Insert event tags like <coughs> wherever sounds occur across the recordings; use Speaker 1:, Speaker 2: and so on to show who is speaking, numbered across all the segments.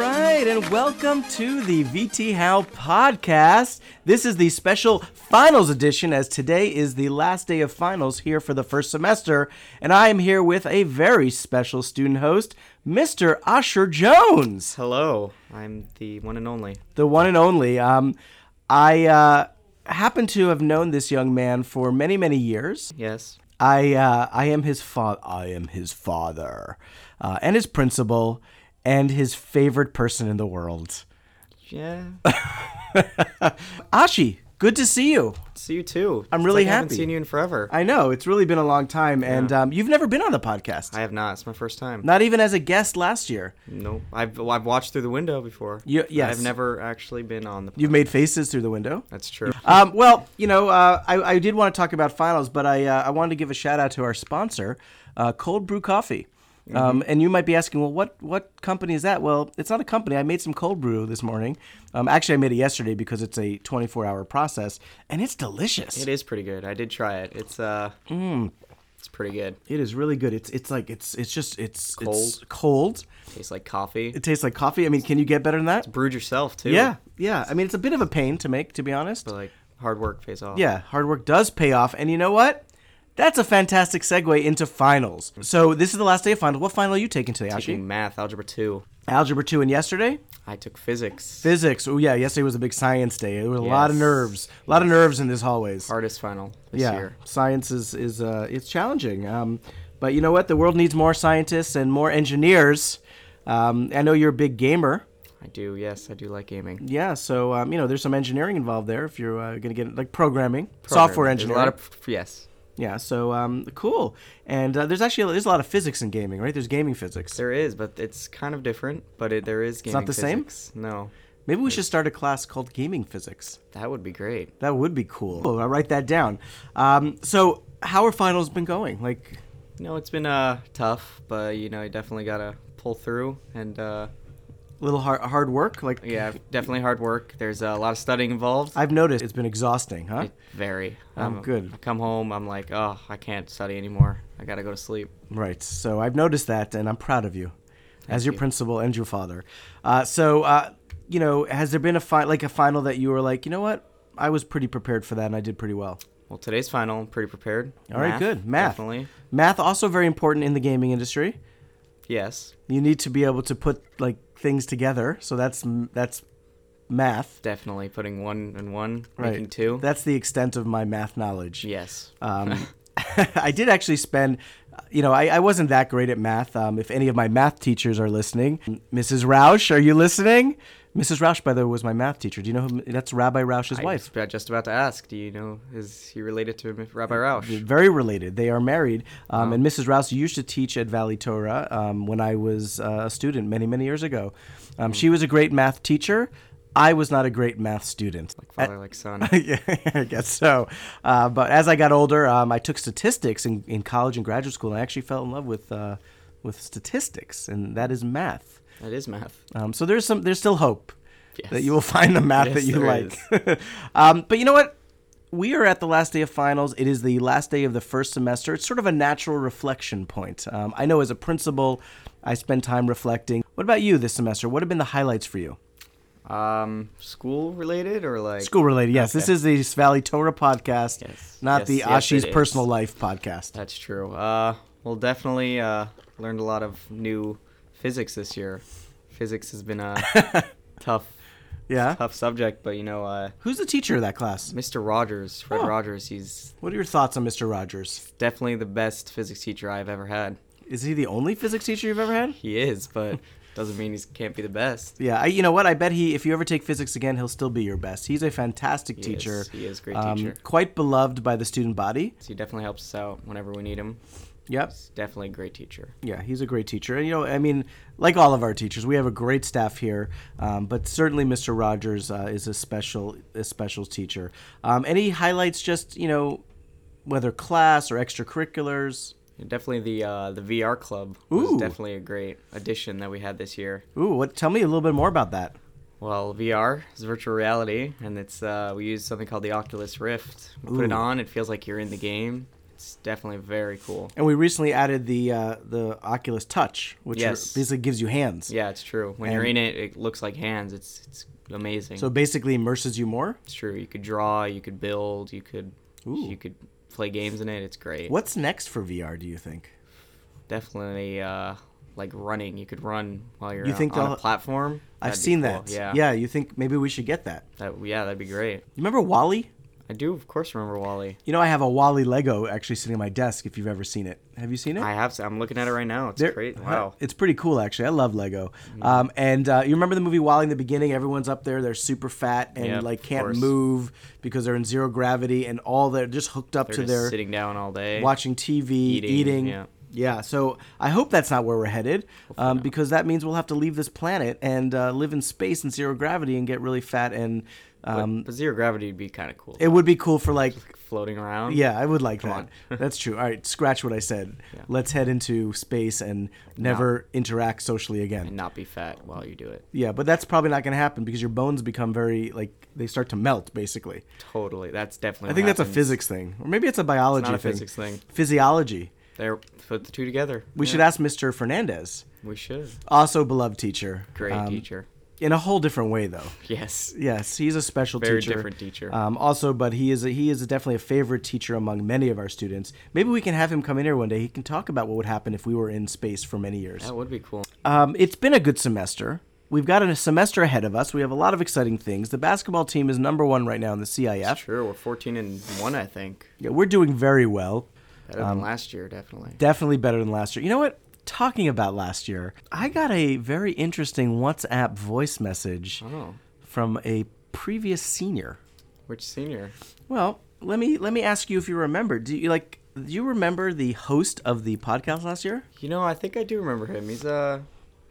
Speaker 1: and welcome to the VT How podcast. This is the special finals edition, as today is the last day of finals here for the first semester, and I am here with a very special student host, Mr. Usher Jones,
Speaker 2: Hello, I'm the one and only.
Speaker 1: the one and only. Um, I uh, happen to have known this young man for many, many years.
Speaker 2: Yes.
Speaker 1: I uh, I am his father. I am his father, uh, and his principal, and his favorite person in the world. <laughs>
Speaker 2: Yeah.
Speaker 1: Ashi, good to see you.
Speaker 2: See you too.
Speaker 1: I'm really
Speaker 2: I haven't
Speaker 1: happy.
Speaker 2: seen you in forever.
Speaker 1: I know it's really been a long time, and um, you've never been on the podcast.
Speaker 2: I have not. It's my first time.
Speaker 1: Not even as a guest last year.
Speaker 2: No, I've well, I've watched through the window before.
Speaker 1: You- yes.
Speaker 2: I've never actually been on the.
Speaker 1: You've made faces through the window.
Speaker 2: That's true.
Speaker 1: Um, well, you know, uh, I, I did want to talk about finals, but I uh, I wanted to give a shout out to our sponsor, uh, Cold Brew Coffee. Um, and you might be asking, well, what what company is that? Well, it's not a company. I made some cold brew this morning. Um, actually, I made it yesterday because it's a 24 hour process, and it's delicious.
Speaker 2: It is pretty good. I did try it. It's uh.
Speaker 1: Mm.
Speaker 2: It's pretty good.
Speaker 1: It is really good. It's it's like it's it's just it's it's cold.
Speaker 2: Tastes like coffee.
Speaker 1: It tastes like coffee. I mean, can you get better than that?
Speaker 2: Brewed yourself too.
Speaker 1: Yeah, yeah. I mean, it's a bit of a pain to make, to be honest.
Speaker 2: But like hard work pays off.
Speaker 1: Yeah, hard work does pay off. And you know what? That's a fantastic segue into finals. So this is the last day of finals. What final are you taking today, Ashi?
Speaker 2: Taking math, algebra two.
Speaker 1: Algebra 2 and yesterday?
Speaker 2: I took physics.
Speaker 1: Physics. Oh, yeah, yesterday was a big science day. There were a lot of
Speaker 2: Yes.
Speaker 1: nerves. A lot of nerves in these hallways.
Speaker 2: Hardest final this
Speaker 1: yeah,
Speaker 2: year.
Speaker 1: science is, is uh, it's challenging. Um, but you know what? The world needs more scientists and more engineers. Um, I know you're a big gamer.
Speaker 2: I do. Yes, I do like gaming.
Speaker 1: Yeah, so um, you know there's some engineering involved there if you're uh, going to get like programming, software
Speaker 2: Programming. There's
Speaker 1: engineering.
Speaker 2: A lot of yes.
Speaker 1: Yeah, so um, cool. And uh, there's actually there's a lot of physics in gaming, right? There's gaming physics.
Speaker 2: There is, but it's kind of different. But it, there is gaming.
Speaker 1: not the same?
Speaker 2: same. No,
Speaker 1: Maybe we should start a class called gaming physics.
Speaker 2: that would be great.
Speaker 1: That would be cool. Oh, I'll write that down. Um, so how are finals been going? Like,
Speaker 2: No, it's been uh tough, but you know you definitely gotta pull through and uh,
Speaker 1: little hard, hard work. Like, <laughs>
Speaker 2: yeah, definitely hard work. There's a lot of studying involved.
Speaker 1: I've noticed it's been exhausting, huh?
Speaker 2: Very.
Speaker 1: I'm good.
Speaker 2: I come home, I'm like, oh, I can't study anymore. I gotta go to sleep.
Speaker 1: Right. So I've noticed that, and I'm proud of you, as your principal and your father. Uh, so uh, you know, has there been a fi- like a final that you were like, you know what? I was pretty prepared for that, and I did pretty well.
Speaker 2: Well, today's final, I'm pretty prepared.
Speaker 1: All right, good. Math.
Speaker 2: definitely.
Speaker 1: Math also very important in the gaming industry.
Speaker 2: Yes,
Speaker 1: You need to be able to put like things together. So that's m- that's math.
Speaker 2: definitely putting one and one, making two.
Speaker 1: That's the extent of my math knowledge.
Speaker 2: yes.
Speaker 1: Um,
Speaker 2: <laughs>
Speaker 1: <laughs> I did actually spend, you know, I, I wasn't that great at math. Um, if any of my math teachers are listening, Mrs. Rausch, are you listening? Mrs. Rausch, by the way, was my math teacher. Do you know who? That's Rabbi Rausch's
Speaker 2: I
Speaker 1: wife.
Speaker 2: was just about to ask. Do you know is he related to Rabbi Roush?
Speaker 1: very related. They are married. Um, And Mrs. Rouse used to teach at Valley Torah um, when I was uh, a student many, many years ago. Um,
Speaker 2: Hmm.
Speaker 1: She was a great math teacher. I was not a great math student.
Speaker 2: Father <laughs> like son.
Speaker 1: <laughs> yeah, I guess so. Uh, but as I got older, um, I took statistics in, in college and graduate school, and I actually fell in love with uh, with statistics, and that is math.
Speaker 2: That is math.
Speaker 1: Um, so there's some, there's still hope that
Speaker 2: Yes.
Speaker 1: you will find the math
Speaker 2: Yes,
Speaker 1: that you
Speaker 2: there
Speaker 1: like. <laughs> um, but you know what? We are at the last day of finals. It is the last day of the first semester. It's sort of a natural reflection point. Um, I know as a principal, I spend time reflecting. What about you this semester? What have been the highlights for you?
Speaker 2: Um, school related or like
Speaker 1: School related, yes. This is the Valley Torah podcast,
Speaker 2: Yes.
Speaker 1: not
Speaker 2: Yes,
Speaker 1: the
Speaker 2: yes,
Speaker 1: Ashi's
Speaker 2: it is.
Speaker 1: personal life podcast.
Speaker 2: That's true. Uh, well, definitely uh, learned a lot of new physics this year. Physics has
Speaker 1: <laughs>
Speaker 2: been a tough, <laughs>
Speaker 1: Yeah.
Speaker 2: tough subject, but you know, uh,
Speaker 1: Who's the teacher of that class?
Speaker 2: Mr. Rogers, Fred
Speaker 1: Oh.
Speaker 2: Rogers, he's
Speaker 1: What are your thoughts on Mr. Rogers?
Speaker 2: definitely the best physics teacher I've ever had.
Speaker 1: Is he the only physics teacher you've ever had?
Speaker 2: He is,
Speaker 1: <laughs>
Speaker 2: but doesn't mean he can't be the best.
Speaker 1: Yeah, I, you know what? I bet he, if you ever take physics again, he'll still be your best. He's a fantastic
Speaker 2: He is-
Speaker 1: teacher.
Speaker 2: he is a great
Speaker 1: um,
Speaker 2: teacher.
Speaker 1: Quite beloved by the student body.
Speaker 2: So he definitely helps us out whenever we need him.
Speaker 1: Yep.
Speaker 2: He's definitely a great teacher.
Speaker 1: Yeah, he's a great teacher. And, you know, I mean, like all of our teachers, we have a great staff here, um, but certainly Mr. Rogers uh, is a special, a special teacher. Um, any highlights, just, you know, whether class or extracurriculars?
Speaker 2: And definitely the uh, the VR club was
Speaker 1: Ooh.
Speaker 2: definitely a great addition that we had this year.
Speaker 1: Ooh, what, tell me a little bit more about that.
Speaker 2: Well, VR is virtual reality, and it's uh, we use something called the Oculus Rift. We put it
Speaker 1: Ooh.
Speaker 2: on, it feels like you're in the game. It's definitely very cool.
Speaker 1: And we recently added the uh, the Oculus Touch, which
Speaker 2: Yes.
Speaker 1: basically gives you hands.
Speaker 2: Yeah, it's true. When you're in it, it looks like hands. It's it's amazing.
Speaker 1: So it basically immerses you more.
Speaker 2: it's true. You could draw, you could build, you could
Speaker 1: Ooh.
Speaker 2: you could play games in it. It's great.
Speaker 1: What's next for VR? Do you think?
Speaker 2: Definitely uh like running. You could run while you're
Speaker 1: You
Speaker 2: on-
Speaker 1: think
Speaker 2: on
Speaker 1: they'll-
Speaker 2: a platform.
Speaker 1: I've
Speaker 2: That'd be
Speaker 1: seen
Speaker 2: cool.
Speaker 1: that.
Speaker 2: Yeah.
Speaker 1: Yeah. You think maybe we should get that?
Speaker 2: That, yeah, that'd be great.
Speaker 1: You remember Wally?
Speaker 2: I do of course remember Wally.
Speaker 1: You know, I have a Wally Lego actually sitting on my desk. If you've ever seen it, have you seen it?
Speaker 2: I have to, I'm looking at it right now. It's
Speaker 1: They're-
Speaker 2: great.
Speaker 1: huh,
Speaker 2: Wow. Mm-hmm.
Speaker 1: it's pretty cool actually. I love Lego. Um, and uh, you remember the movie Wally in the beginning? Everyone's up there, they're super fat and
Speaker 2: Yep,
Speaker 1: like
Speaker 2: of
Speaker 1: can't
Speaker 2: course.
Speaker 1: move because they're in zero gravity and all they're just hooked up
Speaker 2: They're
Speaker 1: to
Speaker 2: just
Speaker 1: their
Speaker 2: sitting down all day.
Speaker 1: watching TV, eating.
Speaker 2: Eating, yeah.
Speaker 1: Yeah, so I hope that's not where we're headed, um, because that means we'll have to leave this planet and uh, live in space in zero gravity and get really fat. And
Speaker 2: But-
Speaker 1: um,
Speaker 2: but zero gravity would be kind of cool.
Speaker 1: it would be cool for
Speaker 2: <laughs>
Speaker 1: like,
Speaker 2: floating around.
Speaker 1: yeah, I would like that.
Speaker 2: <laughs>
Speaker 1: that's true. All right, scratch what I said. Let's head into space and never interact socially again.
Speaker 2: And not be fat while you do it.
Speaker 1: Yeah, but that's probably not going to happen because your bones become very like they start to melt basically.
Speaker 2: Totally. That's definitely.
Speaker 1: I think that's a physics thing, or maybe it's a biology
Speaker 2: Not a
Speaker 1: thing.
Speaker 2: physics thing.
Speaker 1: Physiology.
Speaker 2: There, put the two together.
Speaker 1: We should ask Mr. Fernandez,
Speaker 2: We should.
Speaker 1: also beloved teacher.
Speaker 2: Great
Speaker 1: um,
Speaker 2: teacher. <laughs>
Speaker 1: In a whole different way, though.
Speaker 2: Yes.
Speaker 1: Yes, he's a special
Speaker 2: Very
Speaker 1: teacher.
Speaker 2: different teacher.
Speaker 1: Um, also, but he is a, he is definitely a favorite teacher among many of our students. Maybe we can have him come in here one day. He can talk about what would happen if we were in space for many years.
Speaker 2: That would be cool.
Speaker 1: Um, it's been a good semester. We've got a semester ahead of us. We have a lot of exciting things. The basketball team is number one right now in the CIF.
Speaker 2: Sure. We're 14 and one, I think.
Speaker 1: Yeah, we're doing very well.
Speaker 2: Better
Speaker 1: um,
Speaker 2: than last year, definitely.
Speaker 1: Definitely better than last year. You know what? Talking about last year, I got a very interesting WhatsApp voice message
Speaker 2: Oh,
Speaker 1: from a previous senior.
Speaker 2: which senior?
Speaker 1: Well, let me let me ask you if you remember. Do you like? Do you remember the host of the podcast last year?
Speaker 2: You know, I think I do remember him. He's uh,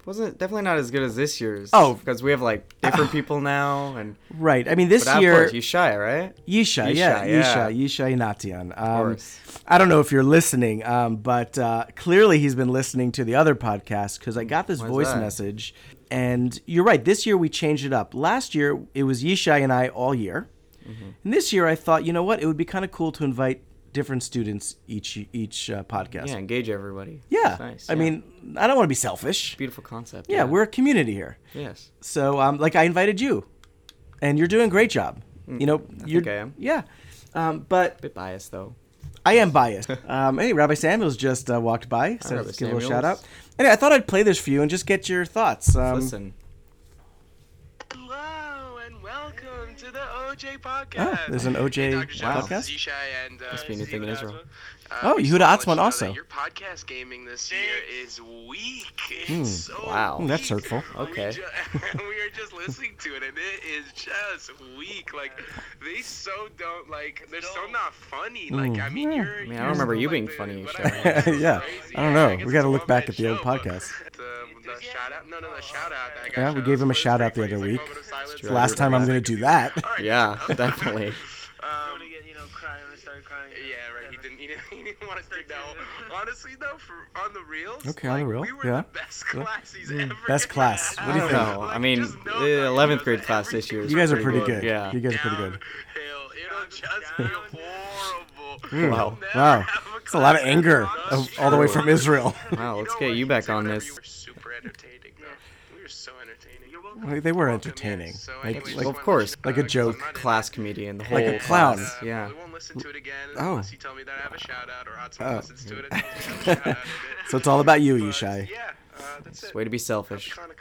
Speaker 2: wasn't definitely not as good as this year's.
Speaker 1: Oh.
Speaker 2: because we have like
Speaker 1: <coughs>
Speaker 2: different people now, and
Speaker 1: Right. I mean, this
Speaker 2: but I
Speaker 1: year
Speaker 2: year, you shy, right?
Speaker 1: Yisha,
Speaker 2: Yisha,
Speaker 1: yeah,
Speaker 2: yeah.
Speaker 1: Yisha, Yisha Inatian. Um,
Speaker 2: course.
Speaker 1: I don't know if you're listening, um, but uh, clearly he's been listening to the other podcast because I got this
Speaker 2: Why's
Speaker 1: voice
Speaker 2: that?
Speaker 1: message. And you're right. This year we changed it up. Last year it was Yishai and I all year,
Speaker 2: Mm-hmm.
Speaker 1: and this year I thought, you know what, it would be kind of cool to invite different students each each uh, podcast.
Speaker 2: Yeah,
Speaker 1: Yeah,
Speaker 2: engage everybody. It's nice.
Speaker 1: I
Speaker 2: yeah.
Speaker 1: mean, I don't want to be selfish.
Speaker 2: beautiful concept.
Speaker 1: yeah, we're a community here.
Speaker 2: yes.
Speaker 1: So, um, like, I invited you, and you're doing a great job. You know, you're,
Speaker 2: Mm, I am.
Speaker 1: Yeah, um, but
Speaker 2: bit biased though.
Speaker 1: I am
Speaker 2: <laughs>
Speaker 1: biased. Um, hey, Rabbi Samuels just uh, walked by, so
Speaker 2: Oh, Rabbi
Speaker 1: let's give him a little shout
Speaker 2: Samuels.
Speaker 1: out. Anyway, I thought I'd play this for you and just get your thoughts. Um,
Speaker 2: Listen,
Speaker 3: Hello and welcome to the OJ
Speaker 1: Oh,
Speaker 3: podcast.
Speaker 1: there's an OJ
Speaker 3: hey, Dr. Jones,
Speaker 1: podcast?
Speaker 3: Yishai, and, uh,
Speaker 2: Must be a new thing in
Speaker 3: Yehuda
Speaker 2: Israel.
Speaker 3: Atzmon. Uh,
Speaker 1: Oh,
Speaker 3: we
Speaker 1: Yehuda Atzmon
Speaker 3: just wanna let you know that
Speaker 1: also.
Speaker 3: Your podcast gaming this year is weak. It's so
Speaker 2: Wow.
Speaker 1: Hmm, that's
Speaker 3: weak.
Speaker 1: hurtful.
Speaker 2: Okay.
Speaker 3: We, ju- <laughs> we are just listening to it, and it is just weak. Like they so don't like. They're so not funny. Like I mean,
Speaker 1: Hmm. Yeah.
Speaker 3: you're.
Speaker 2: I mean, I
Speaker 3: you're
Speaker 2: remember
Speaker 3: still,
Speaker 2: you
Speaker 3: like,
Speaker 2: being
Speaker 3: the-
Speaker 2: funny,
Speaker 3: whatever,
Speaker 2: Yishai.
Speaker 1: <laughs>
Speaker 3: you're so
Speaker 1: Yeah,
Speaker 3: crazy.
Speaker 1: I don't know.
Speaker 3: I guess
Speaker 1: We gotta
Speaker 3: it's a
Speaker 1: look back
Speaker 3: one-man
Speaker 1: at the old
Speaker 3: show, but
Speaker 1: podcast.
Speaker 3: The, uh, the shout out. No, no, the shout out. that I got
Speaker 1: Yeah, we
Speaker 3: showed
Speaker 1: gave him a
Speaker 3: was
Speaker 1: shout out the
Speaker 3: great.
Speaker 1: other
Speaker 3: Like,
Speaker 1: week.
Speaker 3: moment of silence
Speaker 2: It's true.
Speaker 3: for
Speaker 1: Last time
Speaker 3: <laughs>
Speaker 1: I'm going to do
Speaker 2: <laughs>
Speaker 1: that.
Speaker 3: Alright.
Speaker 2: yeah, definitely.
Speaker 3: <laughs> Um,
Speaker 4: gonna get you know crying when I start crying.
Speaker 3: yeah, right. He didn't. He didn't, he didn't want us to know. Honestly, though, for on the reels.
Speaker 1: Okay, on the
Speaker 3: like,
Speaker 1: real,
Speaker 3: We were
Speaker 1: yeah. Mm.
Speaker 3: the best class he's ever.
Speaker 1: Best class.
Speaker 3: had.
Speaker 1: What do you
Speaker 2: I don't
Speaker 1: think?
Speaker 2: know.
Speaker 3: Like,
Speaker 2: I mean,
Speaker 3: just know
Speaker 2: the
Speaker 3: that,
Speaker 2: eleventh
Speaker 3: know,
Speaker 2: grade
Speaker 3: that
Speaker 2: class this
Speaker 3: everything
Speaker 2: year. is
Speaker 1: You guys are pretty
Speaker 2: pretty
Speaker 1: good.
Speaker 2: Yeah.
Speaker 1: You guys are pretty good. Mm.
Speaker 3: Downhill. It'll just be horrible.
Speaker 2: Wow.
Speaker 3: You'll
Speaker 1: Wow.
Speaker 3: never have
Speaker 1: It's a lot of
Speaker 3: class
Speaker 1: anger
Speaker 3: that's
Speaker 1: of,
Speaker 3: not
Speaker 1: all the way
Speaker 3: sure.
Speaker 1: from
Speaker 2: <laughs>
Speaker 1: Israel.
Speaker 2: Wow, let's
Speaker 3: know
Speaker 2: get
Speaker 3: what?
Speaker 2: you
Speaker 3: can
Speaker 2: back
Speaker 3: say
Speaker 2: on
Speaker 3: whatever
Speaker 2: this.
Speaker 3: You were super entertaining, though. We were so entertaining. You're welcome.
Speaker 1: Like, they were entertaining.
Speaker 3: So
Speaker 1: Like- like-
Speaker 3: anyways, just
Speaker 2: of
Speaker 3: wanted to
Speaker 2: course.
Speaker 3: let you know,
Speaker 1: Like a
Speaker 3: 'cause
Speaker 1: joke.
Speaker 3: I'm not in
Speaker 2: Class comedian, the whole
Speaker 1: Like a
Speaker 3: it.
Speaker 1: clown.
Speaker 3: Uh,
Speaker 2: class, Yeah.
Speaker 3: We won't listen to it again
Speaker 1: Oh.
Speaker 3: unless you tell me that I have a shout out or Otson
Speaker 1: Oh.
Speaker 3: listens to it. And tells me I have a shout out of
Speaker 1: so it's all about you,
Speaker 3: But,
Speaker 1: Yishai.
Speaker 3: Yeah, uh, that's it.
Speaker 2: Way to be selfish.
Speaker 3: Happy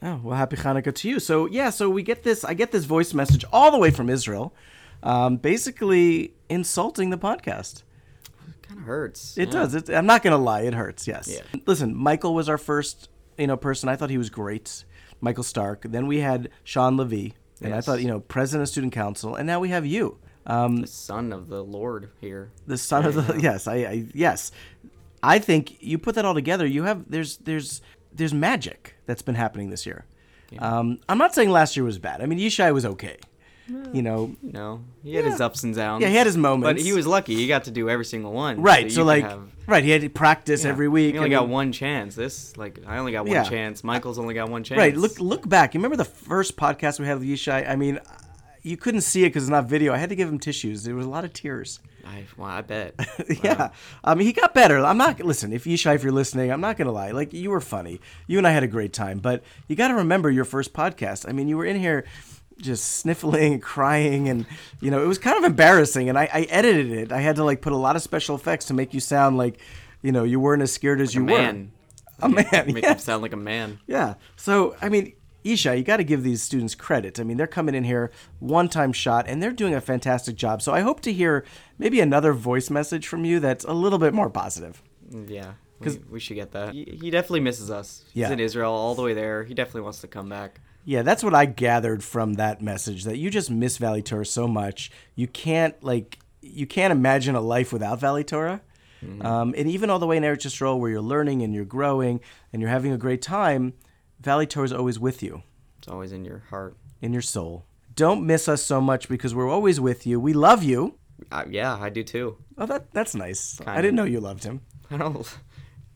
Speaker 3: Hanukkah.
Speaker 1: Oh, well, happy Hanukkah to you. So, yeah, so we get this, I get this voice message all the way from Israel, um, basically insulting the podcast.
Speaker 2: Kind of hurts.
Speaker 1: It
Speaker 2: yeah.
Speaker 1: does. It, I'm not gonna lie. It hurts. Yes.
Speaker 2: Yeah.
Speaker 1: Listen, Michael was our first, you know, person. I thought he was great, Michael Stark. Then we had Sean Levy, and I
Speaker 2: Yes.
Speaker 1: thought, you know, president of student council, and now we have you, um,
Speaker 2: The son of the Lord here.
Speaker 1: the son of <laughs> the. Yes, I, I. Yes, I think you put that all together. You have there's there's there's magic that's been happening this year. Um, I'm not saying last year was bad. I mean, Yishai was okay. You know,
Speaker 2: You know, he had his
Speaker 1: Yeah.
Speaker 2: ups and downs.
Speaker 1: Yeah, he had his
Speaker 2: But
Speaker 1: moments.
Speaker 2: he was lucky. He got to do every single one.
Speaker 1: right? So,
Speaker 2: you could
Speaker 1: like,
Speaker 2: have-
Speaker 1: right? He had to practice
Speaker 2: yeah.
Speaker 1: every week.
Speaker 2: He only
Speaker 1: I
Speaker 2: got
Speaker 1: mean-
Speaker 2: one chance. This, like, I only got one
Speaker 1: Yeah.
Speaker 2: chance. Michael's only got one chance.
Speaker 1: Right. Look look back. You remember the first podcast we had with Yishai? I mean, you couldn't see it because it's not video. I had to give him tissues. There was a lot of tears.
Speaker 2: I, well, I bet. <laughs>
Speaker 1: yeah, I mean, he got better. I'm not listen. If Yishai, if you're listening, I'm not gonna lie. Like you were funny. You and I had a great time, but you got to remember your first podcast. I mean, you were in here just sniffling, <laughs> and crying, and you know it was kind of embarrassing. And I, I edited it. I had to like put a lot of special effects to make you sound like, you know, you weren't as scared as you
Speaker 2: man.
Speaker 1: were. <laughs> A man.
Speaker 2: Make him
Speaker 1: yes.
Speaker 2: sound like a man.
Speaker 1: Yeah. So, I mean, Isha, you got to give these students credit. I mean, they're coming in here one time shot and they're doing a fantastic job. So, I hope to hear maybe another voice message from you that's a little bit more positive.
Speaker 2: Mm, Yeah. Because we, we should get that. He, he definitely misses us. He's
Speaker 1: Yeah.
Speaker 2: in Israel all the way there. He definitely wants to come back.
Speaker 1: Yeah, that's what I gathered from that message that you just miss Valley Torah so much. You can't, like, you can't imagine a life without Valley Torah. Um, and even all the way in Eretz Yisrael, where you're learning and you're growing and you're having a great time, Valley Torah is always with you.
Speaker 2: It's always in your heart.
Speaker 1: in your soul. Don't miss us so much because we're always with you. We love you.
Speaker 2: Uh, yeah, I do too. <laughs>
Speaker 1: Oh, that that's nice. I
Speaker 2: Kinda.
Speaker 1: didn't know you loved him.
Speaker 2: I don't.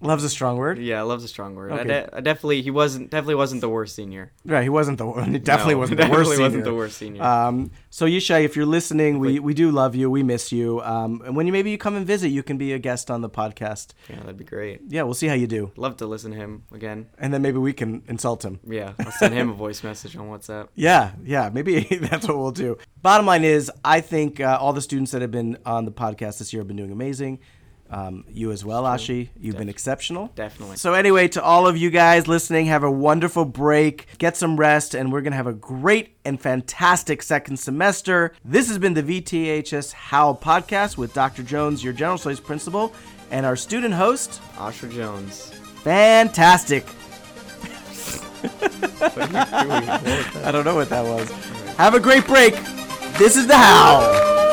Speaker 1: Love's a strong word.
Speaker 2: Yeah, love's a strong word. I,
Speaker 1: Okay.
Speaker 2: de- I definitely he wasn't definitely wasn't the worst senior.
Speaker 1: Right, he wasn't the it definitely
Speaker 2: No,
Speaker 1: wasn't
Speaker 2: <laughs>
Speaker 1: the
Speaker 2: definitely
Speaker 1: worst.
Speaker 2: wasn't
Speaker 1: senior.
Speaker 2: the worst senior.
Speaker 1: Um, so Yishai, if you're listening, we, we do love you. We miss you. Um, and when you maybe you come and visit, you can be a guest on the podcast.
Speaker 2: Yeah, that'd be great.
Speaker 1: Yeah, we'll see how you do,
Speaker 2: Love to listen to him again.
Speaker 1: and then maybe we can insult him.
Speaker 2: Yeah, I'll send him a voice message on WhatsApp.
Speaker 1: Yeah, yeah, maybe <laughs> that's what we'll do. Bottom line is, I think uh, all the students that have been on the podcast this year have been doing amazing. Um, you as well, Ashi. You've been exceptional.
Speaker 2: Definitely.
Speaker 1: So, anyway, to all of you guys listening, have a wonderful break, get some rest, and we're going to have a great and fantastic second semester. This has been the VTHS Howl podcast with Dr. Jones, your general studies principal, and our student host.
Speaker 2: Osher Jones.
Speaker 1: Fantastic. <laughs>
Speaker 2: What are you doing? What was that?
Speaker 1: I don't know what that was. Have a great break. This is the Howl.